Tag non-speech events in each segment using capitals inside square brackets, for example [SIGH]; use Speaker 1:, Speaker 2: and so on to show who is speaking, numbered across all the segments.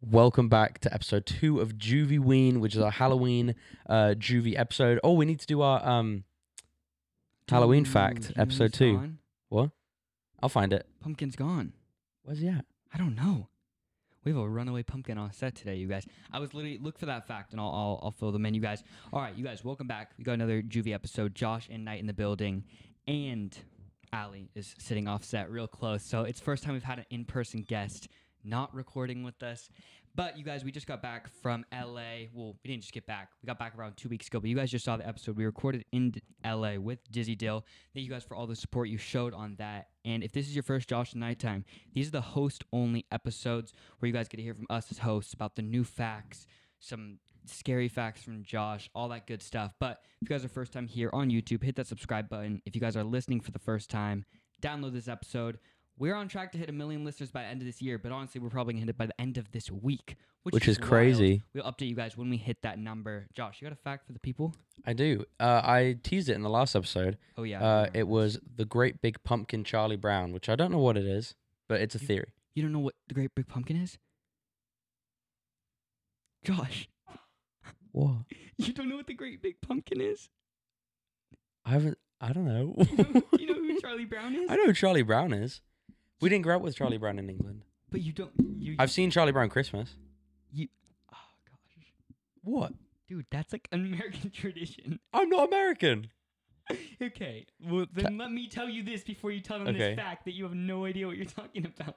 Speaker 1: Welcome back to episode two of Juvie Ween, which is our Halloween uh, Juvie episode. Oh, we need to do our um, Halloween fact,
Speaker 2: Dude,
Speaker 1: episode
Speaker 2: he's
Speaker 1: two.
Speaker 2: Mm, gone.
Speaker 1: What? I'll find it.
Speaker 2: Pumpkin's gone.
Speaker 1: Where's he at?
Speaker 2: I don't know. We have a runaway pumpkin on set today, you guys. I was literally look for that fact, and I'll I'll, I'll fill them in, you guys. All right, you guys, welcome back. We got another juvie episode. Josh and Knight in the building, and Allie is sitting off set real close. So it's first time we've had an in person guest not recording with us. But you guys, we just got back from LA. Well, we didn't just get back. We got back around two weeks ago. But you guys just saw the episode we recorded in D- LA with Dizzy Dill. Thank you guys for all the support you showed on that. And if this is your first Josh and Nighttime, these are the host only episodes where you guys get to hear from us as hosts about the new facts, some scary facts from Josh, all that good stuff. But if you guys are first time here on YouTube, hit that subscribe button. If you guys are listening for the first time, download this episode. We're on track to hit a million listeners by the end of this year, but honestly, we're probably gonna hit it by the end of this week, which,
Speaker 1: Which is
Speaker 2: wild.
Speaker 1: crazy.
Speaker 2: We'll update you guys when we hit that number. Josh, you got a fact for the people?
Speaker 1: I do. Uh, I teased it in the last episode.
Speaker 2: Oh yeah, I
Speaker 1: Uh,
Speaker 2: remember
Speaker 1: it
Speaker 2: this.
Speaker 1: was the Great Big Pumpkin Charlie Brown, which I don't know what it is, but it's a
Speaker 2: You-
Speaker 1: theory.
Speaker 2: You don't know what the Great Big Pumpkin is? Josh, [LAUGHS]
Speaker 1: What?
Speaker 2: you don't know what the Great Big Pumpkin is? [LAUGHS]
Speaker 1: I haven't. I don't know.
Speaker 2: You
Speaker 1: [LAUGHS]
Speaker 2: know, you know who Charlie Brown is?
Speaker 1: I know who Charlie Brown is. We didn't grow up with Charlie Brown in England.
Speaker 2: But you don't. You,
Speaker 1: I've seen Charlie Brown Christmas.
Speaker 2: oh gosh,
Speaker 1: What?
Speaker 2: dude, that's like an [LAUGHS] American tradition.
Speaker 1: I'm not American.
Speaker 2: okay, well then let me tell you this before you tell them
Speaker 1: Okay.
Speaker 2: this fact that you have no idea what you're [LAUGHS] talking about.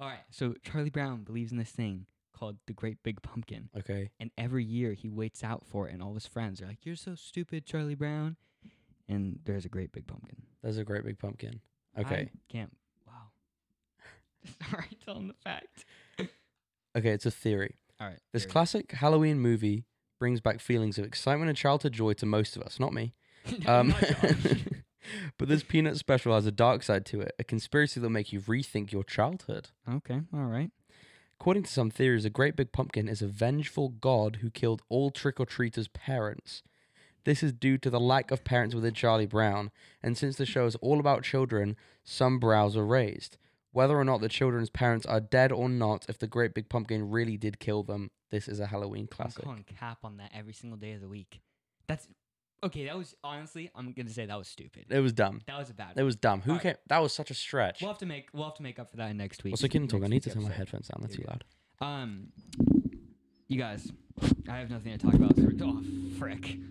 Speaker 2: All right, so Charlie Brown believes in this thing called the Great Big Pumpkin.
Speaker 1: Okay.
Speaker 2: And every year he waits out for it, and all his friends are like, You're so stupid, Charlie Brown. And there's a great big pumpkin.
Speaker 1: There's a great big pumpkin. Okay.
Speaker 2: I can't. Wow. [LAUGHS] Sorry, tell him the fact.
Speaker 1: Okay, it's a theory.
Speaker 2: All right.
Speaker 1: This
Speaker 2: there we
Speaker 1: classic Halloween movie brings back feelings of excitement and childhood joy to most of us, not
Speaker 2: [LAUGHS]
Speaker 1: me.
Speaker 2: go.
Speaker 1: Um,
Speaker 2: Not Josh.
Speaker 1: [LAUGHS] but this peanut special has a dark side to it, a conspiracy that'll make you rethink your childhood.
Speaker 2: okay, all right.
Speaker 1: According to some theories, the Great Big Pumpkin is a vengeful god who killed all trick or treaters' parents. This is due to the lack of parents within Charlie Brown, and since the show is all about children, some brows are raised. Whether or not the children's parents are dead or not, if the Great Big Pumpkin really did kill them, this is a Halloween classic.
Speaker 2: I'm calling cap on that every single day of the week. That's okay. That was honestly, I'm gonna say that was stupid.
Speaker 1: It was dumb.
Speaker 2: That was a bad.
Speaker 1: It was dumb. Who
Speaker 2: Alright.
Speaker 1: came? That was such a stretch.
Speaker 2: We'll have to make we'll have to make up for that next week.
Speaker 1: What's the kid and talk? I
Speaker 2: next
Speaker 1: need to
Speaker 2: week's
Speaker 1: turn my
Speaker 2: episode.
Speaker 1: headphones down. That's too
Speaker 2: You're
Speaker 1: loud.
Speaker 2: Um, you guys, I have nothing to talk about. So we're, oh, frick. [LAUGHS]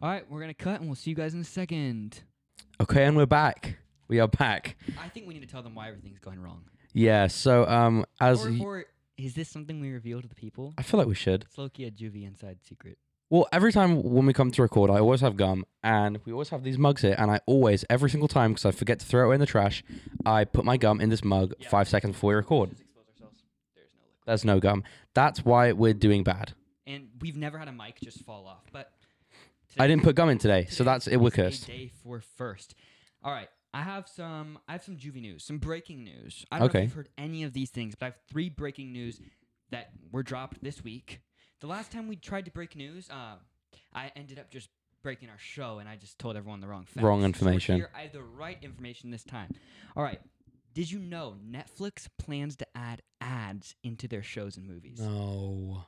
Speaker 2: All right, we're gonna cut, and we'll see you guys in a second.
Speaker 1: Okay, and we're back. We are back.
Speaker 2: I think we need to tell them why everything's going wrong.
Speaker 1: Yeah. So, um, as
Speaker 2: Or,
Speaker 1: y-
Speaker 2: or is this something we reveal to the people?
Speaker 1: I feel like we should.
Speaker 2: It's Loki a juvie inside secret.
Speaker 1: Well, every time when we come to record, I always have gum, and we always have these mugs here. And I always, every single time, because I forget to throw it away in the trash, I put my gum in this mug
Speaker 2: Yeah.
Speaker 1: five seconds before we record.
Speaker 2: Just expose ourselves. There's no liquid.
Speaker 1: There's no gum. That's why we're doing bad.
Speaker 2: and we've never had a mic just fall off. But
Speaker 1: I didn't put gum in today, so
Speaker 2: today
Speaker 1: that's it. We're
Speaker 2: is a
Speaker 1: cursed.
Speaker 2: Day for first. All right, I have some. I have some juvie news, some breaking news. I don't know
Speaker 1: Okay.
Speaker 2: if you've heard any of these things, but I have three breaking news that were dropped this week. The last time we tried to break news, uh, I ended up just breaking our show, and I just told everyone the wrong facts.
Speaker 1: Wrong
Speaker 2: So we're
Speaker 1: information.
Speaker 2: here, I have the right information this time. All right. Did you know Netflix plans to add ads into their shows and movies?
Speaker 1: No,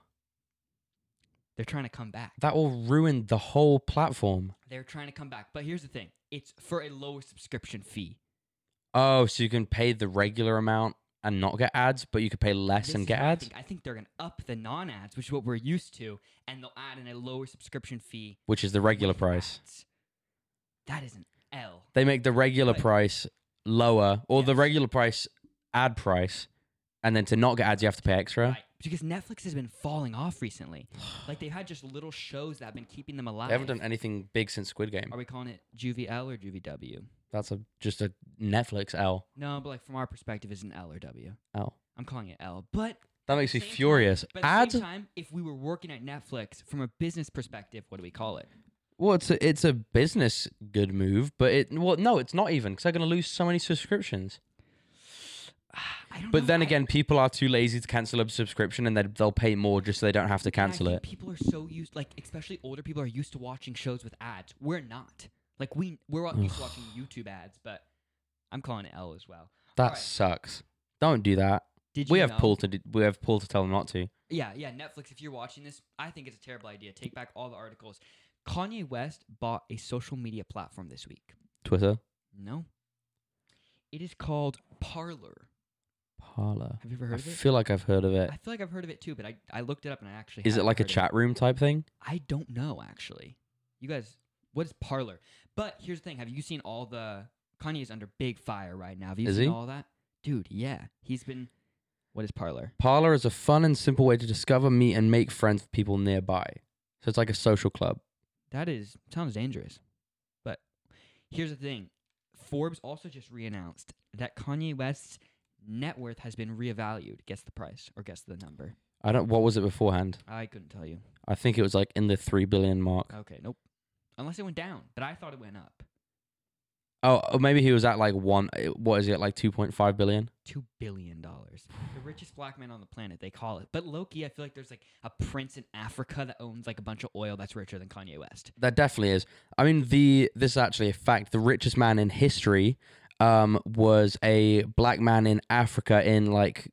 Speaker 2: They're trying to come back.
Speaker 1: that will ruin the whole platform.
Speaker 2: They're trying to come back. But here's the thing it's for a lower subscription fee.
Speaker 1: Oh, so you can pay the regular amount and not get ads, but you could pay less
Speaker 2: This
Speaker 1: and
Speaker 2: is
Speaker 1: get
Speaker 2: what I
Speaker 1: ads.
Speaker 2: think. I think they're going to up the non ads, which is what we're used to, and they'll add in a lower subscription fee.
Speaker 1: which is the regular
Speaker 2: with
Speaker 1: price.
Speaker 2: ads. That is an L.
Speaker 1: They make the regular
Speaker 2: But-
Speaker 1: price lower, or the
Speaker 2: Yes.
Speaker 1: regular price ad price, and then to not get ads, you have to pay extra.
Speaker 2: Right. Because Netflix has been falling off
Speaker 1: [SIGHS]
Speaker 2: recently. like they've had just little shows that have been keeping them alive.
Speaker 1: They haven't done anything big since Squid Game.
Speaker 2: Are we calling it Juvie L or Juvie W?
Speaker 1: That's a just a Netflix L.
Speaker 2: No, but like from our perspective, it's an L or W.
Speaker 1: L.
Speaker 2: I'm calling it L. But
Speaker 1: That makes me
Speaker 2: Same time,
Speaker 1: furious.
Speaker 2: but at the
Speaker 1: Ads.
Speaker 2: same time, if we were working at Netflix from a business perspective, what do we call it? [SIGHS]
Speaker 1: Well, it's a, it's a business good move, but it well no, it's not even because they're gonna lose so many subscriptions.
Speaker 2: I don't
Speaker 1: But
Speaker 2: know,
Speaker 1: then
Speaker 2: I-
Speaker 1: again, people are too lazy to cancel a subscription, and they they'll pay more just so they don't have to
Speaker 2: and I
Speaker 1: cancel
Speaker 2: think
Speaker 1: it.
Speaker 2: People are so used, like especially older people are used to watching shows with ads. We're not.
Speaker 1: [SIGHS]
Speaker 2: Like we we're all used to watching YouTube ads, but I'm calling it L as well.
Speaker 1: That
Speaker 2: Alright.
Speaker 1: sucks. Don't do that.
Speaker 2: Did you
Speaker 1: We have
Speaker 2: know-
Speaker 1: pull to do, we have pull to tell them not to.
Speaker 2: Yeah, yeah. Netflix, if you're watching this, I think it's a terrible idea. Take back all the articles. Kanye West bought a social media platform this week.
Speaker 1: Twitter,
Speaker 2: No. It is called Parlor.
Speaker 1: Parler.
Speaker 2: Have you ever
Speaker 1: I
Speaker 2: heard of it?
Speaker 1: feel like I've heard of it.
Speaker 2: I feel like I've heard of it too, but I, I looked it up and I actually
Speaker 1: Is it
Speaker 2: haven't
Speaker 1: like a
Speaker 2: heard of
Speaker 1: chat room type thing?
Speaker 2: I don't know actually. You guys, what is Parlor? But here's the thing: Have you seen all the Kanye is under big fire right now? Have you
Speaker 1: Is
Speaker 2: seen
Speaker 1: he?
Speaker 2: all that, dude? Yeah, he's been. What is Parlor?
Speaker 1: Parlor is a fun and simple way to discover, meet, and make friends with people nearby. So it's like a social club.
Speaker 2: That is sounds dangerous. But here's the thing: Forbes also just re-announced that Kanye West's net worth has been reevaluated. Guess the price or guess the number.
Speaker 1: I don't. What was it beforehand?
Speaker 2: I couldn't tell you.
Speaker 1: I think it was like in the three billion mark.
Speaker 2: Okay, nope. Unless it went down, but I thought it went up.
Speaker 1: Oh, or maybe he was at like one. What is it? Like two point five billion.
Speaker 2: two billion dollars.
Speaker 1: [SIGHS]
Speaker 2: The richest black man on the planet, they call it. But Loki, I feel like there's like a prince in Africa that owns like a bunch of oil that's richer than Kanye West.
Speaker 1: That definitely is. I mean, the this is actually a fact. The richest man in history, um, was a black man in Africa in like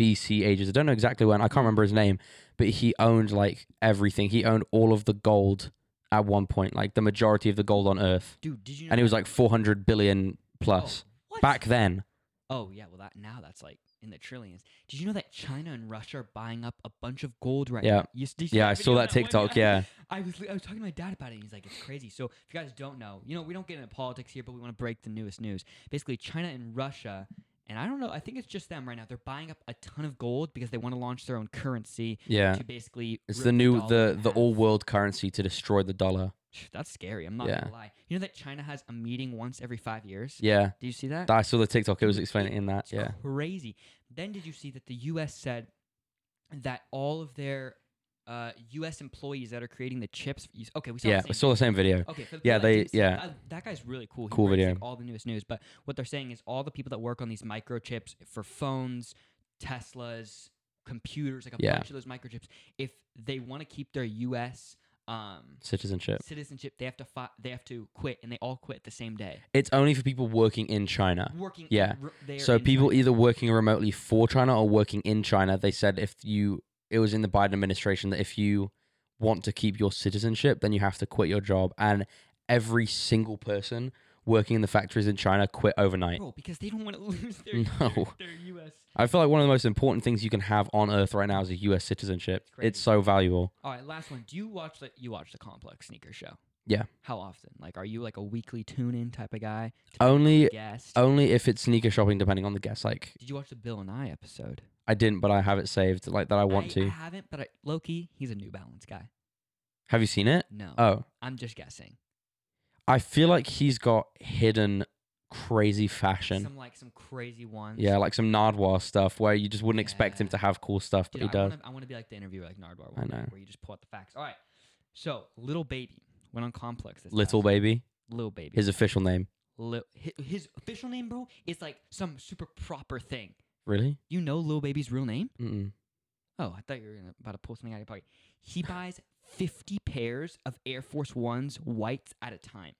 Speaker 1: BC ages. I don't know exactly when. I can't remember his name, but he owned like everything. He owned all of the gold at one point, like the majority of the gold on Earth,
Speaker 2: Dude, did you know
Speaker 1: and it was
Speaker 2: that-
Speaker 1: like four hundred billion plus
Speaker 2: Oh, what?
Speaker 1: back then.
Speaker 2: Oh yeah, well that now that's like in the trillions. Did you know that China and Russia are buying up a bunch of gold right
Speaker 1: Yeah.
Speaker 2: now? You, s- did you see
Speaker 1: Yeah, I saw
Speaker 2: video
Speaker 1: that
Speaker 2: of one
Speaker 1: TikTok.
Speaker 2: guy?
Speaker 1: Yeah.
Speaker 2: I was I was talking to my dad about it, and he's like, "It's crazy." So if you guys don't know, you know, we don't get into politics here, but we want to break the newest news. Basically, China and Russia, and I don't know, I think it's just them right now. They're buying up a ton of gold because they want to launch their own currency
Speaker 1: Yeah.
Speaker 2: to basically.
Speaker 1: It's
Speaker 2: rip
Speaker 1: the new
Speaker 2: dollar
Speaker 1: the
Speaker 2: in
Speaker 1: the
Speaker 2: half.
Speaker 1: all world currency to destroy the dollar.
Speaker 2: That's scary. I'm not
Speaker 1: Yeah.
Speaker 2: gonna lie. You know that China has a meeting once every five years.
Speaker 1: Yeah.
Speaker 2: Do you see that?
Speaker 1: I saw the TikTok. It was
Speaker 2: Dude,
Speaker 1: explaining in that.
Speaker 2: It's
Speaker 1: Yeah.
Speaker 2: crazy. Then did you see that the U.S. said that all of their uh, U.S. employees that are creating the chips? Okay, we saw.
Speaker 1: Yeah.
Speaker 2: the
Speaker 1: I
Speaker 2: same
Speaker 1: saw the same video.
Speaker 2: Okay. For the
Speaker 1: Yeah,
Speaker 2: people that
Speaker 1: they-
Speaker 2: didn't see it,
Speaker 1: yeah.
Speaker 2: that- that guy's really cool. He
Speaker 1: Cool
Speaker 2: breaks, like,
Speaker 1: video.
Speaker 2: all the newest news, but what they're saying is all the people that work on these microchips for phones, Teslas, computers, like a
Speaker 1: Yeah.
Speaker 2: bunch of those microchips, if they want to keep their U.S. Um,
Speaker 1: Citizenship.
Speaker 2: citizenship, they have to fi- they have to quit, and they all quit the same day.
Speaker 1: It's only for people working in China.
Speaker 2: Working.
Speaker 1: Uh, Yeah.
Speaker 2: in- r- there
Speaker 1: So
Speaker 2: in
Speaker 1: people
Speaker 2: China.
Speaker 1: either working remotely for China or working in China. They said if you, it was in the Biden administration that if you want to keep your citizenship, then you have to quit your job. And every single person working in the factories in China quit overnight.
Speaker 2: Bro, because they don't want to [LAUGHS] lose their,
Speaker 1: No.
Speaker 2: their, their U.S.
Speaker 1: I feel like one of the most important things you can have on Earth right now is a U.S. citizenship.
Speaker 2: crazy.
Speaker 1: It's so valuable.
Speaker 2: All right, last one. Do you watch the you watch the Complex Sneaker Show?
Speaker 1: Yeah.
Speaker 2: How often? Like, are you like a weekly tune in type of guy?
Speaker 1: Only
Speaker 2: Guest.
Speaker 1: Only if it's sneaker shopping, depending on the guest. Like
Speaker 2: Did you watch the Bill and I episode?
Speaker 1: I didn't, but I have it saved. Like that, I want to.
Speaker 2: I haven't, but I, Loki, he's a New Balance guy.
Speaker 1: Have you seen it?
Speaker 2: No,
Speaker 1: Oh,
Speaker 2: I'm just guessing.
Speaker 1: I feel like he's got hidden crazy fashion.
Speaker 2: Some like some crazy ones.
Speaker 1: Yeah, like some Nardwuar stuff where you just wouldn't expect him
Speaker 2: Yeah.
Speaker 1: to have cool stuff, but
Speaker 2: Dude,
Speaker 1: he
Speaker 2: I
Speaker 1: does.
Speaker 2: Wanna, I want to be like the interviewer, like Nardwar.
Speaker 1: I
Speaker 2: one day,
Speaker 1: know.
Speaker 2: Where you just pull out the facts. All right. So, little baby went on Complex. This
Speaker 1: Little
Speaker 2: baby.
Speaker 1: baby,
Speaker 2: Little baby.
Speaker 1: his official name.
Speaker 2: Lil, hi- his official name, bro, is like some super proper thing.
Speaker 1: Really?
Speaker 2: You know Lil Baby's real name?
Speaker 1: Mm-mm.
Speaker 2: Oh, I thought you were gonna, about to pull something out of your pocket.
Speaker 1: [LAUGHS]
Speaker 2: He buys 50 pairs of Air Force Ones whites at a time.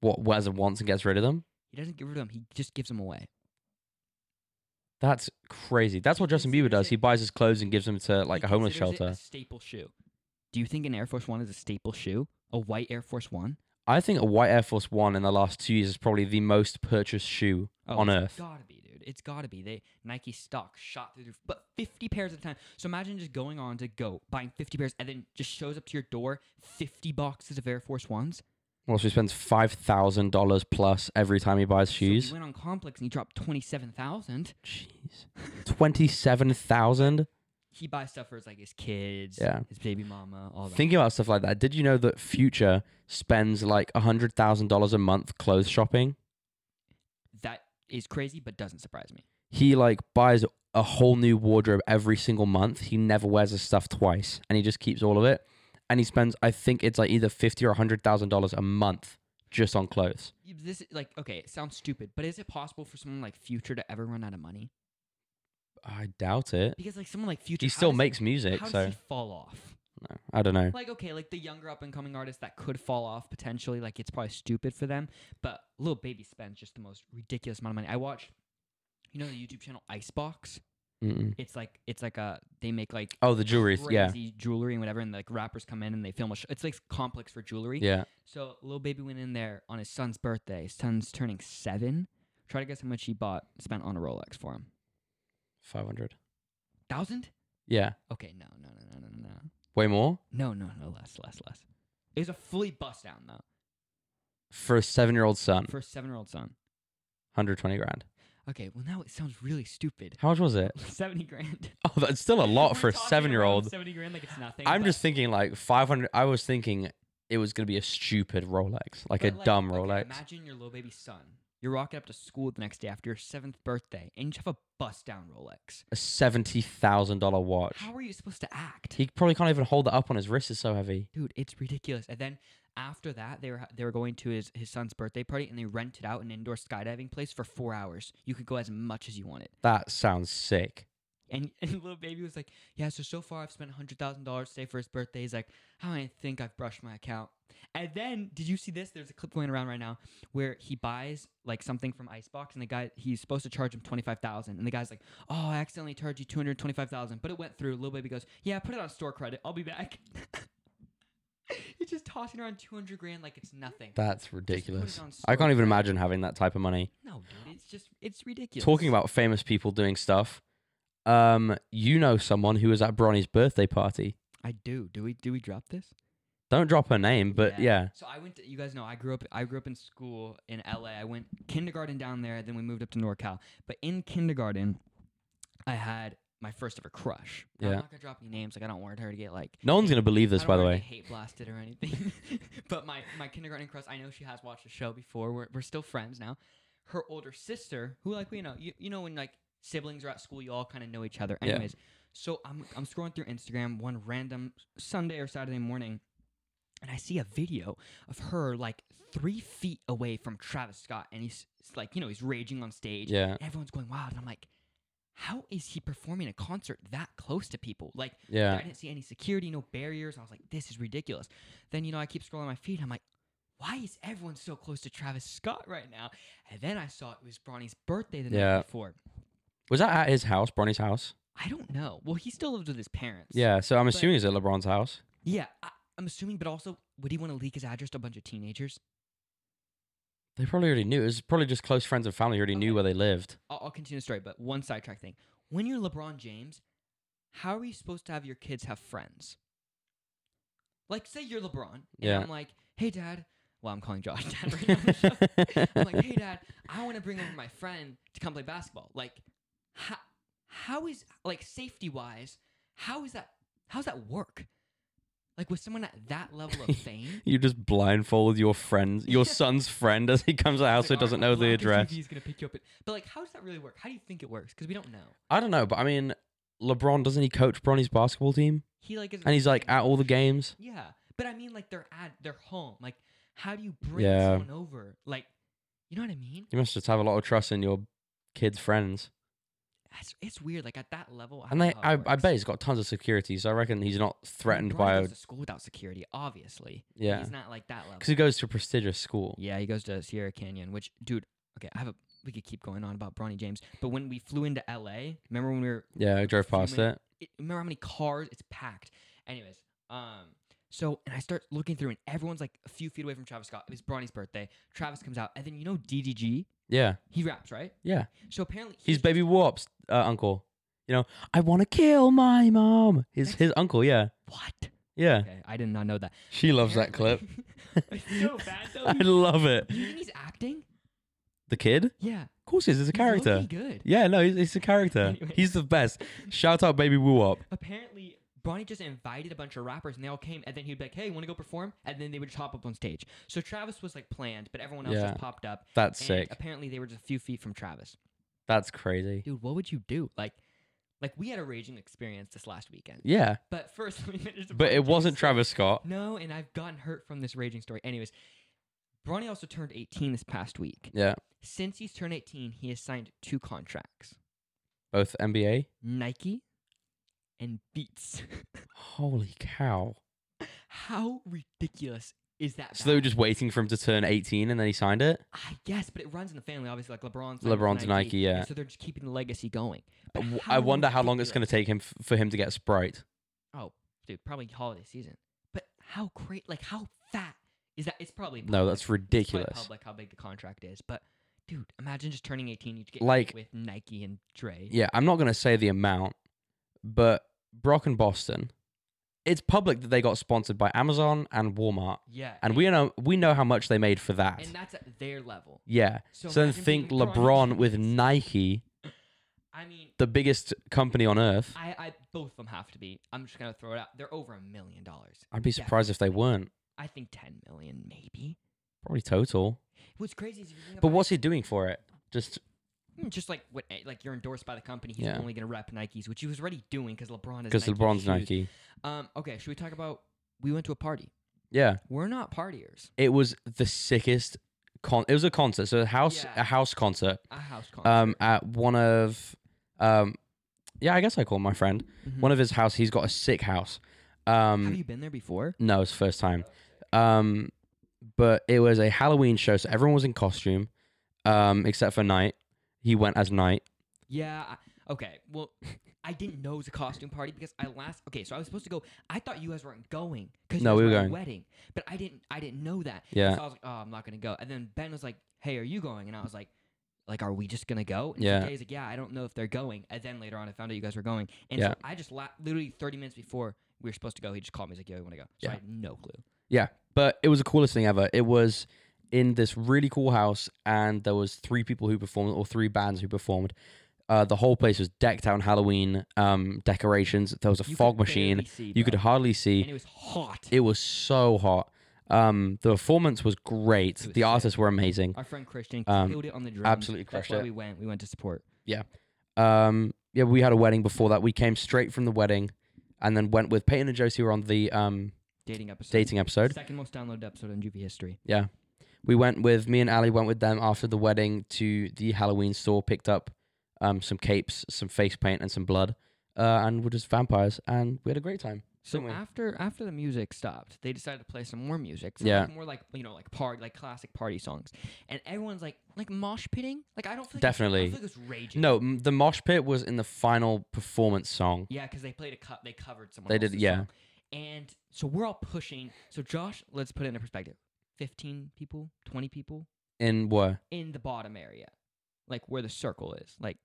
Speaker 1: What wears them once and gets rid of them?
Speaker 2: He doesn't get rid of them, he just gives them away.
Speaker 1: That's crazy. That's what Justin Bieber
Speaker 2: considers
Speaker 1: does.
Speaker 2: it-
Speaker 1: He buys his clothes and gives them to like
Speaker 2: He
Speaker 1: a homeless
Speaker 2: considers it
Speaker 1: shelter.
Speaker 2: a staple shoe. Do you think an Air Force One is a staple shoe? A white Air Force One?
Speaker 1: I think a white Air Force One in the last two years is probably the most purchased shoe
Speaker 2: Oh,
Speaker 1: on
Speaker 2: it's
Speaker 1: Earth.
Speaker 2: gotta be, dude. It's gotta be. They Nike stock shot through the roof, but 50 pairs at a time. So imagine just going on to go buying 50 pairs and then just shows up to your door 50 boxes of Air Force Ones.
Speaker 1: Well, so he spends five thousand dollars plus every time he buys
Speaker 2: So
Speaker 1: shoes.
Speaker 2: he went on Complex and he dropped 27,000.
Speaker 1: Jeez, twenty-seven thousand.
Speaker 2: He buys stuff for his, like his kids,
Speaker 1: Yeah.
Speaker 2: his baby mama, all that.
Speaker 1: Thinking about stuff like that, did you know that Future spends like hundred thousand dollars a month clothes shopping?
Speaker 2: that is crazy, but doesn't surprise me.
Speaker 1: He like buys a whole new wardrobe every single month. He never wears his stuff twice, and he just keeps all of it. And he spends, I think it's like either fifty or hundred thousand dollars a month just on clothes.
Speaker 2: Y- This is like okay, it sounds stupid, but is it possible for someone like Future to ever run out of money?
Speaker 1: I doubt it.
Speaker 2: Because like someone like Future,
Speaker 1: He
Speaker 2: how
Speaker 1: still
Speaker 2: does
Speaker 1: makes music,
Speaker 2: how does
Speaker 1: so
Speaker 2: he fall off?
Speaker 1: no, I don't know.
Speaker 2: like okay, like the younger up and coming artists that could fall off potentially, like it's probably stupid for them. But little baby spends just the most ridiculous amount of money. I watched You know the YouTube channel Icebox?
Speaker 1: Mm-mm.
Speaker 2: It's like it's like a they make like
Speaker 1: Oh, the jewelry. Yeah.
Speaker 2: crazy jewelry and whatever, and like rappers come in and they film a. Sh- it's like complex for jewelry.
Speaker 1: Yeah.
Speaker 2: So little baby went in there on his son's birthday. His son's turning seven. Try to guess how much he bought spent on a Rolex for him.
Speaker 1: 500.
Speaker 2: Thousand?
Speaker 1: Yeah.
Speaker 2: Okay, no, no, no, no, no, no,
Speaker 1: Way more?
Speaker 2: no, no, no, less, less, less. It was a fully bust down though
Speaker 1: For a seven year old son,
Speaker 2: for a seven-year-old son.
Speaker 1: 120 grand.
Speaker 2: Okay, well now it sounds really stupid. [LAUGHS]
Speaker 1: How much was it?
Speaker 2: Seventy grand.
Speaker 1: Oh, that's still a lot
Speaker 2: We're
Speaker 1: for a
Speaker 2: talking about
Speaker 1: seven year old.
Speaker 2: Seventy grand, like it's nothing.
Speaker 1: I'm
Speaker 2: but-
Speaker 1: just thinking like 500. I was thinking it was going to be a stupid Rolex, like a
Speaker 2: but,
Speaker 1: dumb
Speaker 2: okay,
Speaker 1: Rolex.
Speaker 2: Imagine your little baby son. You're rocking up to school the next day after your seventh birthday, and you have a bust down Rolex.
Speaker 1: a $70,000 watch.
Speaker 2: How are you supposed to act?
Speaker 1: He probably can't even hold that up on his wrist, it's so heavy.
Speaker 2: dude it's ridiculous and then after that they were ha- they were going to his his son's birthday party and they rented out an indoor skydiving place for four hours you could go as much as you wanted
Speaker 1: That sounds sick.
Speaker 2: and, [LAUGHS] and little baby was like yeah so so far i've spent $100000 today for his birthday he's like i don't think i've brushed my account and then did you see this there's a clip going around right now where he buys like something from icebox and the guy he's supposed to charge him 25000 and the guy's like oh i accidentally charged you 225000 but it went through little baby goes yeah put it on store credit i'll be back [LAUGHS] he's just tossing around 200 grand like it's nothing
Speaker 1: That's
Speaker 2: put it
Speaker 1: ridiculous.
Speaker 2: on
Speaker 1: I can't even
Speaker 2: storefront.
Speaker 1: imagine having that type of money.
Speaker 2: no dude it's just it's ridiculous
Speaker 1: Talking about famous people doing stuff, um, you know someone who was at Bronny's birthday party.
Speaker 2: i do do we do we drop this
Speaker 1: Don't drop her name, but yeah.
Speaker 2: So I went. To, you guys know I grew up. I grew up in school in LA. I went kindergarten down there. Then we moved up to NorCal. But in kindergarten, I had my first ever crush. Now,
Speaker 1: Yeah.
Speaker 2: I'm not gonna drop any names. Like I don't want her to get like.
Speaker 1: No one's going to believe
Speaker 2: I
Speaker 1: this,
Speaker 2: don't
Speaker 1: by the
Speaker 2: want her to
Speaker 1: way.
Speaker 2: get hate blasted or anything. [LAUGHS] but my my kindergarten crush. I know she has watched the show before. We're we're still friends now. Her older sister, who like we know, you you know when like siblings are at school, you all kind of know each other.
Speaker 1: Yeah.
Speaker 2: Anyways, so I'm I'm scrolling through Instagram one random Sunday or Saturday morning, and I see a video of her like three feet away from Travis Scott, and he's it's like you know he's raging on stage.
Speaker 1: Yeah.
Speaker 2: and everyone's going wild, and I'm like, how is he performing a concert that close to people? Like
Speaker 1: Yeah.
Speaker 2: I didn't see any security, no barriers. I was like, this is ridiculous. Then, you know, I keep scrolling my feed. I'm like, why is everyone so close to Travis Scott right now? And then I saw it was Bronny's birthday the
Speaker 1: Yeah.
Speaker 2: night before.
Speaker 1: Was that at his house, Bronny's house?
Speaker 2: I don't know. Well, he still lives with his parents.
Speaker 1: Yeah, so I'm assuming it's at LeBron's house.
Speaker 2: Yeah. I, I'm assuming, but also, would he want to leak his address to a bunch of teenagers?
Speaker 1: They probably already knew. It was probably just close friends and family who already knew
Speaker 2: Okay.
Speaker 1: where they
Speaker 2: [LAUGHS]
Speaker 1: lived.
Speaker 2: I'll, I'll continue the story, but one sidetrack thing. When you're LeBron James, how are you supposed to have your kids have friends? Like, say you're LeBron, and
Speaker 1: Yeah.
Speaker 2: I'm like, hey, dad. Well, I'm calling Josh [LAUGHS] dad right now. on the
Speaker 1: [LAUGHS]
Speaker 2: show. [LAUGHS] I'm like, hey, dad, I want to bring over my friend to come play basketball. Like, how, how is, like, safety wise, how is that, how's that work? Like, with someone at that level
Speaker 1: [LAUGHS]
Speaker 2: of fame,
Speaker 1: You just blindfold your friend, your
Speaker 2: Yeah.
Speaker 1: son's friend, as he comes out, so he doesn't know the address.
Speaker 2: He's going to pick you up. at-" But, like, how does that really work? How do you think it works? Because we don't know.
Speaker 1: I don't know, but I mean, LeBron doesn't he coach Bronny's basketball team?
Speaker 2: He, like, is
Speaker 1: And he's like at all the games.
Speaker 2: Yeah, but I mean, like they're at their home. Like, how do you bring
Speaker 1: Yeah.
Speaker 2: someone over? Like, you know what I mean?
Speaker 1: You must just have a lot of trust in your kids' friends.
Speaker 2: It's, it's weird. Like at that level,
Speaker 1: And
Speaker 2: don't
Speaker 1: they,
Speaker 2: know how
Speaker 1: I,
Speaker 2: it
Speaker 1: I
Speaker 2: works.
Speaker 1: bet he's got tons of security, so I reckon he's not threatened
Speaker 2: LeBron
Speaker 1: by a
Speaker 2: goes to school without security. Obviously,
Speaker 1: yeah,
Speaker 2: he's not like that level.
Speaker 1: because he goes to a prestigious school.
Speaker 2: Yeah, he goes to Sierra Canyon. Which, dude, okay, I have a. We could keep going on about Bronny James, but when we flew into LA, remember when we were
Speaker 1: Yeah, I drove
Speaker 2: few
Speaker 1: past
Speaker 2: minute-
Speaker 1: it.
Speaker 2: it, remember how many cars it's packed anyways um so and i start looking through and everyone's like a few feet away from travis scott it was bronny's birthday travis comes out and then you know ddg
Speaker 1: Yeah,
Speaker 2: he raps right
Speaker 1: yeah.
Speaker 2: so apparently
Speaker 1: He's baby Warp's uh, uncle. You know, I want to kill my mom. His
Speaker 2: That's-
Speaker 1: his uncle. Yeah,
Speaker 2: what
Speaker 1: yeah.
Speaker 2: okay i did not know that
Speaker 1: She loves that clip.
Speaker 2: Apparently- [LAUGHS] it's so bad though
Speaker 1: [LAUGHS] I love it.
Speaker 2: you think he's acting
Speaker 1: The kid? Of
Speaker 2: yeah
Speaker 1: course, he is. He's a
Speaker 2: he's low-key
Speaker 1: character.
Speaker 2: good
Speaker 1: Yeah, no, he's, he's a character.
Speaker 2: Anyways.
Speaker 1: He's the best. Shout out, baby Woo Up.
Speaker 2: apparently Bronny just invited a bunch of rappers and they all came and then he'd be like, Hey, wanna go perform? And then they would just hop up on stage. So Travis was like planned, but everyone else
Speaker 1: Yeah.
Speaker 2: just popped up.
Speaker 1: That's
Speaker 2: and
Speaker 1: sick.
Speaker 2: Apparently they were just a few feet from Travis.
Speaker 1: That's crazy.
Speaker 2: Dude, what would you do? Like like we had a raging experience this last weekend.
Speaker 1: Yeah,
Speaker 2: But first [LAUGHS] we finished the
Speaker 1: but it
Speaker 2: podcast.
Speaker 1: wasn't Travis Scott.
Speaker 2: No, and I've gotten hurt from this raging story. Anyways, Bronny also turned eighteen this past week.
Speaker 1: Yeah,
Speaker 2: Since he's turned eighteen, he has signed two contracts.
Speaker 1: both NBA.
Speaker 2: Nike and Beats. [LAUGHS]
Speaker 1: Holy cow!
Speaker 2: How ridiculous is that
Speaker 1: So they were
Speaker 2: bad?
Speaker 1: just waiting for him to turn 18 and then he signed it?
Speaker 2: I guess, but it runs in the family, obviously. Like LeBron's signed with
Speaker 1: LeBron's Nike, yeah.
Speaker 2: and So they're just keeping the legacy going. But
Speaker 1: W- I wonder how long it's going
Speaker 2: ridiculous-
Speaker 1: to take him f- for him to get Sprite.
Speaker 2: Oh, dude, probably holiday season. But how great, like how fat is that? It's probably
Speaker 1: No, that's
Speaker 2: it's probably
Speaker 1: ridiculous.
Speaker 2: public how big the contract is, but dude, imagine just turning eighteen, you get
Speaker 1: Like-
Speaker 2: like with Nike and Dre.
Speaker 1: Yeah, I'm not going to say the amount, but Brock and Boston, it's public that they got sponsored by Amazon and Walmart.
Speaker 2: yeah,
Speaker 1: And we know we know how much they made for that.
Speaker 2: and that's at their level.
Speaker 1: yeah.
Speaker 2: So,
Speaker 1: so then
Speaker 2: imagine
Speaker 1: think
Speaker 2: being
Speaker 1: LeBron with
Speaker 2: James.
Speaker 1: Nike,
Speaker 2: I mean,
Speaker 1: the biggest company on earth.
Speaker 2: I, I both of them have to be. I'm just gonna throw it out. They're over a million dollars.
Speaker 1: I'd be
Speaker 2: Yeah.
Speaker 1: surprised if they weren't.
Speaker 2: I think ten million, maybe.
Speaker 1: Probably total.
Speaker 2: What's crazy is if you think
Speaker 1: But
Speaker 2: about it,
Speaker 1: what's he doing for it? Just
Speaker 2: Mm, Just like what, eh, like you're endorsed by the company. He's
Speaker 1: Yeah.
Speaker 2: only gonna rep Nikes, which he was already doing because LeBron is.
Speaker 1: because LeBron's Nike.
Speaker 2: Um. Okay. Should we talk about? We went to a party.
Speaker 1: Yeah.
Speaker 2: We're not partiers.
Speaker 1: It was the sickest con it was a concert. So a house
Speaker 2: Yeah.
Speaker 1: a house concert.
Speaker 2: A house concert.
Speaker 1: Um at one of um yeah, I guess I call him my friend.
Speaker 2: Mhm.
Speaker 1: One of his house, he's got a sick house.
Speaker 2: Have
Speaker 1: Um
Speaker 2: you been there before?
Speaker 1: no, it's first time. Um but it was a Halloween show, so everyone was in costume. Um, except for Knight. He went as Knight.
Speaker 2: Yeah. I, okay. Well, I didn't know it was a costume party because I last. Okay, so I was supposed to go. I thought you guys weren't going because
Speaker 1: No, we were going.
Speaker 2: wedding, but I didn't. I didn't know that.
Speaker 1: Yeah.
Speaker 2: So I was like, oh, I'm not gonna go. And then Ben was like, Hey, are you going? And I was like. Like, are we just gonna go? And
Speaker 1: Yeah.
Speaker 2: He's like, yeah, I don't know if they're going. And then later on, I found out you guys were going. And
Speaker 1: Yeah.
Speaker 2: so I just la- literally 30 minutes before we were supposed to go, he just called me. He's like, yo, you want to go? So
Speaker 1: Yeah.
Speaker 2: I had no clue.
Speaker 1: Yeah, but it was the coolest thing ever. It was in this really cool house, and there was three people who performed, or three bands who performed. Uh, the whole place was decked out in Halloween um, decorations. There was a
Speaker 2: You could
Speaker 1: fog machine.
Speaker 2: barely see,
Speaker 1: You
Speaker 2: bro.
Speaker 1: could hardly see.
Speaker 2: And it was hot.
Speaker 1: It was so hot. Um, the performance was great.
Speaker 2: was
Speaker 1: the
Speaker 2: sick.
Speaker 1: artists were amazing.
Speaker 2: Our friend Christian
Speaker 1: Um,
Speaker 2: killed it on the drums.
Speaker 1: absolutely
Speaker 2: That's
Speaker 1: crushed
Speaker 2: why
Speaker 1: it.
Speaker 2: we went. We went to support.
Speaker 1: Um, yeah, we had a wedding before that. We came straight from the wedding, and then went with Peyton and Josie who were on the um,
Speaker 2: Dating episode.
Speaker 1: dating episode.
Speaker 2: Second most downloaded episode in Juvie history.
Speaker 1: Yeah. We went with me and Ali went with them after the wedding to the Halloween store, picked up um, some capes, some face paint, and some blood, uh, and we're just vampires, and we had a great time.
Speaker 2: So
Speaker 1: Didn't we?
Speaker 2: after after the music stopped, they decided to play some more music. Some
Speaker 1: Yeah.
Speaker 2: like more like you know like party like classic party songs, and everyone's like like mosh pitting. Like I don't feel like it's-
Speaker 1: Definitely.
Speaker 2: I feel like it was raging.
Speaker 1: No, m- the mosh pit was in the final performance song.
Speaker 2: Yeah, because they played a cut. They covered someone.
Speaker 1: They did-
Speaker 2: else's
Speaker 1: yeah.
Speaker 2: song. And so we're all pushing. So Josh, let's put it into perspective. Fifteen people, twenty people
Speaker 1: In what?
Speaker 2: in the bottom area, like where the circle is. Like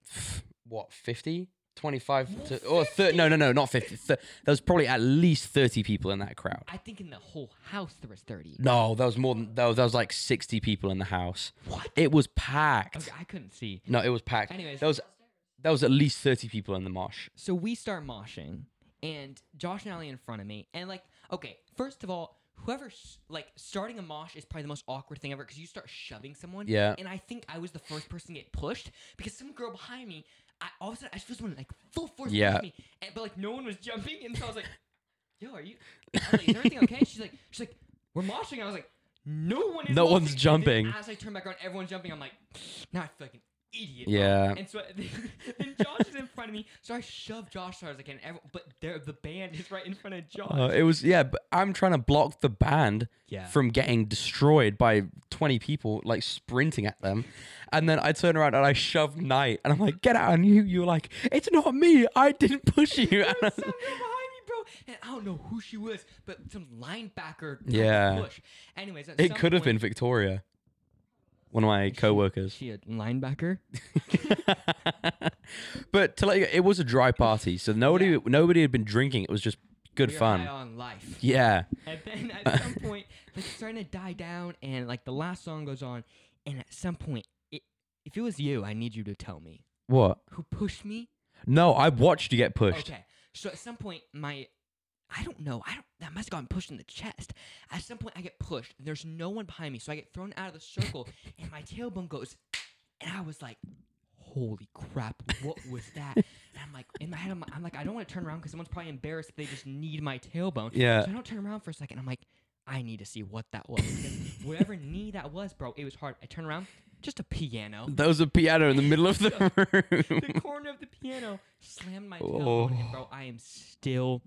Speaker 1: What, 50? 25
Speaker 2: Well,
Speaker 1: to, or 30, no, no, no, not 50. Th- there was probably at least 30 people in that crowd.
Speaker 2: I think in the whole house there was thirty.
Speaker 1: No, there was more than, there was, there was like 60 people in the house.
Speaker 2: What?
Speaker 1: It was packed.
Speaker 2: Okay, I couldn't see.
Speaker 1: No, it was packed.
Speaker 2: Anyways,
Speaker 1: There was, there was at least 30 people in the mosh.
Speaker 2: so we start moshing, and Josh and Allie in front of me, and like, okay, first of all, whoever s- like starting a mosh is probably the most awkward thing ever because you start shoving someone.
Speaker 1: Yeah.
Speaker 2: And I think I was the first person to get pushed because some girl behind me, I all of a sudden I just feel someone like full force
Speaker 1: Yeah.
Speaker 2: push me, and, but like no one was jumping, and so I was like, "Yo, are you? I was like, Is everything okay?" She's like, "She's like, we're moshing." I was like, "No one is."
Speaker 1: No one's
Speaker 2: moshing." And then
Speaker 1: jumping.
Speaker 2: as I turn back around, everyone's jumping. I'm like, now I feel like an idiot.
Speaker 1: Yeah.
Speaker 2: And so [LAUGHS] then Josh is in front of me, so I shove Josh as hard as I can. Every, but there, the band is right in front of Josh.
Speaker 1: Uh, it was yeah, but I'm trying to block the band
Speaker 2: Yeah.
Speaker 1: from getting destroyed by 20 people like sprinting at them, and then I turn around and I shove Knight, and I'm like, "Get out!" And you you were like, "It's not me. I didn't push
Speaker 2: [LAUGHS]
Speaker 1: you."
Speaker 2: There
Speaker 1: And
Speaker 2: was
Speaker 1: I'm-
Speaker 2: some girl behind me, bro, and I don't know who she was, but some linebacker. kinda
Speaker 1: Yeah.
Speaker 2: Push. Anyways,
Speaker 1: [LAUGHS]
Speaker 2: at
Speaker 1: it
Speaker 2: some
Speaker 1: could have been
Speaker 2: point-
Speaker 1: Victoria, one of my coworkers.
Speaker 2: She a linebacker?
Speaker 1: [LAUGHS] but to let you, it was a dry party, so nobody
Speaker 2: Yeah.
Speaker 1: nobody had been drinking. It was just good
Speaker 2: We are
Speaker 1: fun.
Speaker 2: high on life.
Speaker 1: Yeah,
Speaker 2: And then
Speaker 1: [LAUGHS]
Speaker 2: at some point, like, it's starting to die down, and like the last song goes on, and at some point, it, if it was you, I need you to tell me
Speaker 1: what?
Speaker 2: who pushed me
Speaker 1: No, I watched
Speaker 2: Oh,
Speaker 1: you get pushed.
Speaker 2: Okay. So at some point, my I don't know. I don't. That must have gotten pushed in the chest. At some point, I get pushed. And there's no one behind me, so I get thrown out of the circle, and my tailbone goes. And I was like, "Holy crap! What was that?" and I'm like, in my head, I'm, I'm like, I don't want to turn around because someone's probably embarrassed that they just need my tailbone.
Speaker 1: Yeah.
Speaker 2: So I don't turn around for a second. I'm like, I need to see what that was. because whatever knee that was, bro, it was hard. I turn around, just a piano
Speaker 1: There was a piano in the middle
Speaker 2: [LAUGHS]
Speaker 1: of the room. [LAUGHS]
Speaker 2: the corner of the piano slammed my tailbone, and bro, I am still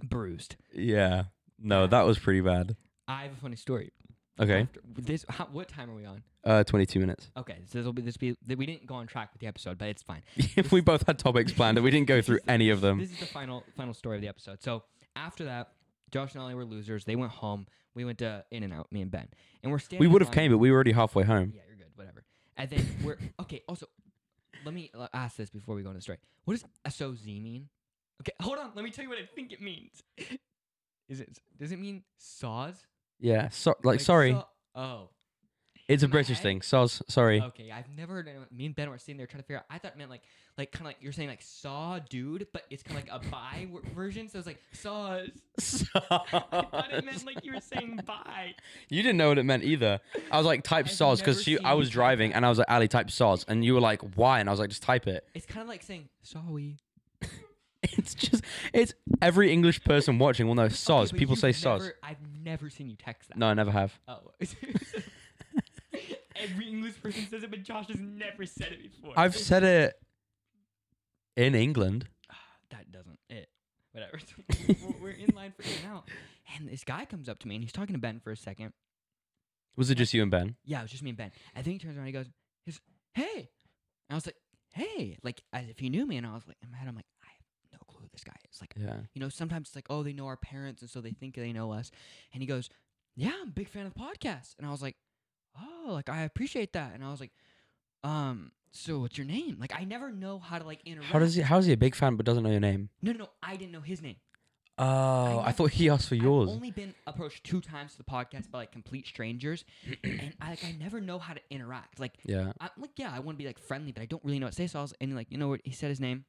Speaker 2: bruised.
Speaker 1: Yeah. No, that was pretty bad.
Speaker 2: I have a funny story.
Speaker 1: Okay.
Speaker 2: After- this how, what time are we on?
Speaker 1: Uh, 22 minutes. [LAUGHS]
Speaker 2: Okay, so this will be this be th- we didn't go on track with the episode, but it's fine.
Speaker 1: we both had topics planned and we didn't go through any of them.
Speaker 2: This is the final final story of the episode. So after that, Josh and Ollie were losers. They went home. We went to In and Out, me and Ben, and we're standing.
Speaker 1: We would
Speaker 2: in
Speaker 1: have
Speaker 2: line-
Speaker 1: came, but we were already halfway home.
Speaker 2: Yeah, you're good. Whatever. And then
Speaker 1: [LAUGHS]
Speaker 2: we're okay. Also, let me uh, ask this before we go on the story. What does SOZ mean? Okay, hold on. Let me tell you what I think it means. Is it does it mean saws?
Speaker 1: Yeah. So, like, sorry.
Speaker 2: saw- oh,
Speaker 1: it's a
Speaker 2: my
Speaker 1: British
Speaker 2: head?
Speaker 1: thing. Soz,
Speaker 2: [LAUGHS]
Speaker 1: sorry. [LAUGHS]
Speaker 2: okay. I've never heard anyone. Me and Ben were sitting there trying to figure out. I thought it meant like, like kind of like you're saying like saw dude, but it's kind of like a buy w- version. So it's like saws. [LAUGHS] I thought it meant
Speaker 1: Soz.
Speaker 2: like you
Speaker 1: [LAUGHS]
Speaker 2: were saying buy.
Speaker 1: You didn't know what it meant either. I was like, type
Speaker 2: I've
Speaker 1: soz
Speaker 2: never
Speaker 1: because
Speaker 2: seen
Speaker 1: I
Speaker 2: you
Speaker 1: was
Speaker 2: type
Speaker 1: driving
Speaker 2: that.
Speaker 1: and I was like, Ali, type soz. And you were like, why? And I was like, just type it. [LAUGHS]
Speaker 2: It's kind of like saying sorry.
Speaker 1: It's just, it's every English person watching will know soz.
Speaker 2: Okay, but
Speaker 1: People
Speaker 2: you've
Speaker 1: say soz.
Speaker 2: never- I've never seen you text that.
Speaker 1: No, I never have.
Speaker 2: [LAUGHS] Oh. [LAUGHS] Every English person says it, but Josh has never said it before.
Speaker 1: I've said it in England.
Speaker 2: that doesn't it. Whatever. So we're- we're in line for in and out, and this guy comes up to me and he's talking to Ben for a second.
Speaker 1: Was it just you and Ben?
Speaker 2: Yeah, it was just me and Ben. And then he turns around and he goes, he goes, hey. And I was like, hey. Like, as if he knew me. And I was like, in my head, I'm like, I have no clue who this guy is. Like,
Speaker 1: Yeah.
Speaker 2: you know, sometimes it's like, oh, they know our parents. And so they think they know us. And he goes, yeah, I'm a big fan of the podcast. And I was like, oh, like, I appreciate that. And I was like, um, so what's your name? Like, I never know how to, like, interact.
Speaker 1: How does he? How is he a big fan but doesn't know your name?
Speaker 2: No, no, no. I didn't know his name.
Speaker 1: Oh, I,
Speaker 2: never-
Speaker 1: thought he asked for
Speaker 2: I've
Speaker 1: yours.
Speaker 2: only been approached two times to the podcast by, like,
Speaker 1: [CLEARS THROAT]
Speaker 2: complete strangers. and I, like, I never know how to interact. Like,
Speaker 1: Yeah.
Speaker 2: I'm like, yeah, I want to be like friendly, but I don't really know what to say. So I was, and like, you know what? He said his name,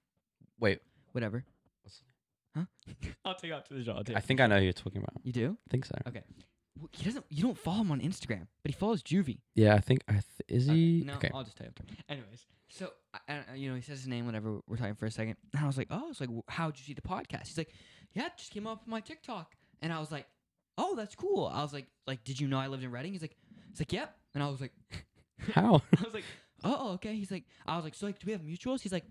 Speaker 1: Wait,
Speaker 2: whatever.
Speaker 1: What's-
Speaker 2: Huh? [LAUGHS] I'll take out to the jaw.
Speaker 1: I think I know who you're talking about.
Speaker 2: you do.
Speaker 1: I think so.
Speaker 2: Well, he doesn't. You don't follow him on Instagram, but he follows Juvie.
Speaker 1: Yeah, I think I th- is
Speaker 2: Uh,
Speaker 1: he?
Speaker 2: no,
Speaker 1: okay.
Speaker 2: I'll just tell you. Anyways, so I, I, you know, he says his name. Whatever. We're talking for a second, and I was like, oh, it's like, wh- how'd you see the podcast? He's like, yeah, it just came up on my TikTok, and I was like, oh, that's cool. I was like, like, did you know I lived in Reading? He's like, he's like, yep. And I was like,
Speaker 1: How?
Speaker 2: I was like, oh, okay. He's like, I was like, so like, do we have mutuals? He's like,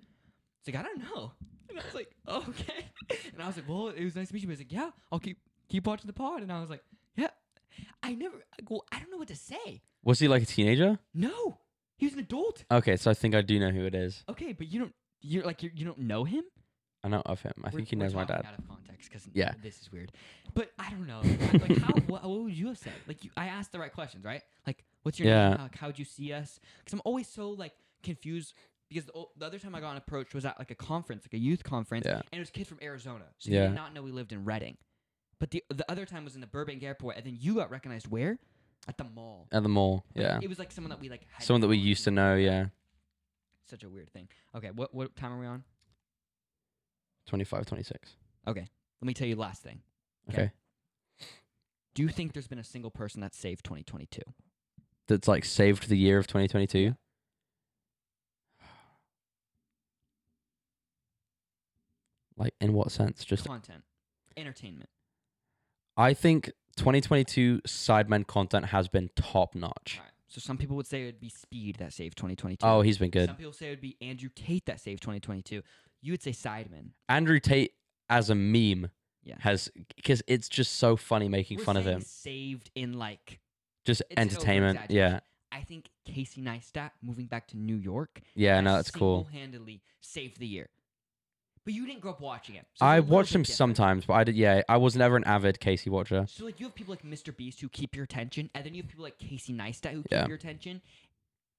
Speaker 2: he's like, I don't know. And I was like, oh, okay. And I was like, well, it was nice to meet you. He's like, yeah, I'll keep keep watching the pod. And I was like, yeah. I never. Well, I don't know what to say.
Speaker 1: [LAUGHS] Was he like a teenager?
Speaker 2: No, he was an adult.
Speaker 1: Okay, so I think I do know who it is.
Speaker 2: Okay, but you don't. You're like you're, you don't know him.
Speaker 1: I know of him. I
Speaker 2: We're-
Speaker 1: think he
Speaker 2: we're
Speaker 1: knows my
Speaker 2: talking
Speaker 1: dad.
Speaker 2: Out of context, because
Speaker 1: Yeah.
Speaker 2: this is weird. But I don't know. I'm like,
Speaker 1: [LAUGHS]
Speaker 2: how? What, what would you have said? Like, you, I asked the right questions, right? Like, what's your
Speaker 1: Yeah.
Speaker 2: name? Like, how'd you see us? Because I'm always so like confused. Because the, o- the other time I got approached was at like a conference, like a youth conference,
Speaker 1: Yeah.
Speaker 2: and it was kids from Arizona, so they
Speaker 1: Yeah.
Speaker 2: did not know we lived in Reading. But the the other time was in the Burbank airport, and then you got recognized where? At the mall.
Speaker 1: At the mall.
Speaker 2: But
Speaker 1: Yeah.
Speaker 2: It was like someone that we like. Had
Speaker 1: Someone that we
Speaker 2: known
Speaker 1: used to
Speaker 2: since-
Speaker 1: know. Yeah.
Speaker 2: Such a weird thing. Okay, what what time are we on?
Speaker 1: 25, 26.
Speaker 2: Let me tell you the last thing.
Speaker 1: Okay.
Speaker 2: Okay. Do you think there's been a single person that saved 2022?
Speaker 1: That's like saved the year of 2022. [SIGHS] Like in what sense? Just
Speaker 2: Content, entertainment.
Speaker 1: I think 2022 Sidemen content has been top notch.
Speaker 2: All right. So some people would say it would be Speed that saved 2022.
Speaker 1: Oh, he's been good.
Speaker 2: Some people say it would be Andrew Tate that saved 2022. You would say Sideman.
Speaker 1: Andrew Tate as a meme
Speaker 2: Yeah.
Speaker 1: has because it's just so funny making
Speaker 2: We're
Speaker 1: fun of
Speaker 2: saying
Speaker 1: him.
Speaker 2: Saved in like
Speaker 1: Just
Speaker 2: it's an
Speaker 1: entertainment. Yeah,
Speaker 2: over-exaggeration. I think Casey Neistat moving back to New York.
Speaker 1: yeah. No, that's cool.
Speaker 2: Single-handedly saved the year. But you didn't grow up watching him. so it's
Speaker 1: I
Speaker 2: a little
Speaker 1: watched
Speaker 2: bit
Speaker 1: him
Speaker 2: different.
Speaker 1: sometimes, but I did. Yeah, I was never an avid Casey watcher.
Speaker 2: So like you have people like Mr. Beast who keep your attention, and then you have people like Casey Neistat who keep
Speaker 1: Yeah.
Speaker 2: your attention.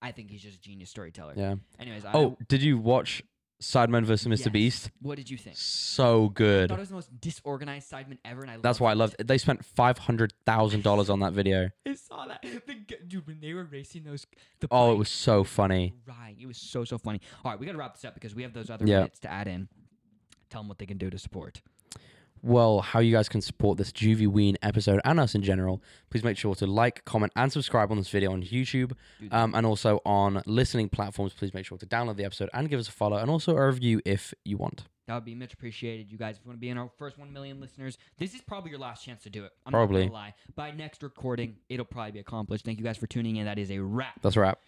Speaker 2: I think he's just a genius storyteller.
Speaker 1: Yeah.
Speaker 2: Anyways, I
Speaker 1: Oh, did you watch Sidemen versus Mr.
Speaker 2: Yes.
Speaker 1: Beast?
Speaker 2: what did you think?
Speaker 1: So
Speaker 2: I thought it
Speaker 1: good.
Speaker 2: was the most disorganized Sideman ever, and I
Speaker 1: That's why I loved. It. They spent five hundred thousand dollars on that video.
Speaker 2: I saw that the, g- dude when they were racing those. The
Speaker 1: Oh, it
Speaker 2: bike
Speaker 1: was so funny.
Speaker 2: Right. It was so so funny. All right, we gotta wrap this up because we have those other
Speaker 1: Yeah.
Speaker 2: minutes to add in. Tell them what they can do to support.
Speaker 1: well how you guys can support this Juvie Ween episode and us in general, please make sure to like, comment, and subscribe on this video on YouTube.
Speaker 2: Do that.
Speaker 1: Um, and also on listening platforms, please make sure to download the episode and give us a follow and also a review if you want.
Speaker 2: That would be much appreciated, you guys. If you want to be in our first one million listeners, this is probably your last chance to do it. I'm
Speaker 1: Probably.
Speaker 2: not gonna lie. By next recording, it'll probably be accomplished. Thank you guys for tuning in. That is a wrap.
Speaker 1: That's a wrap.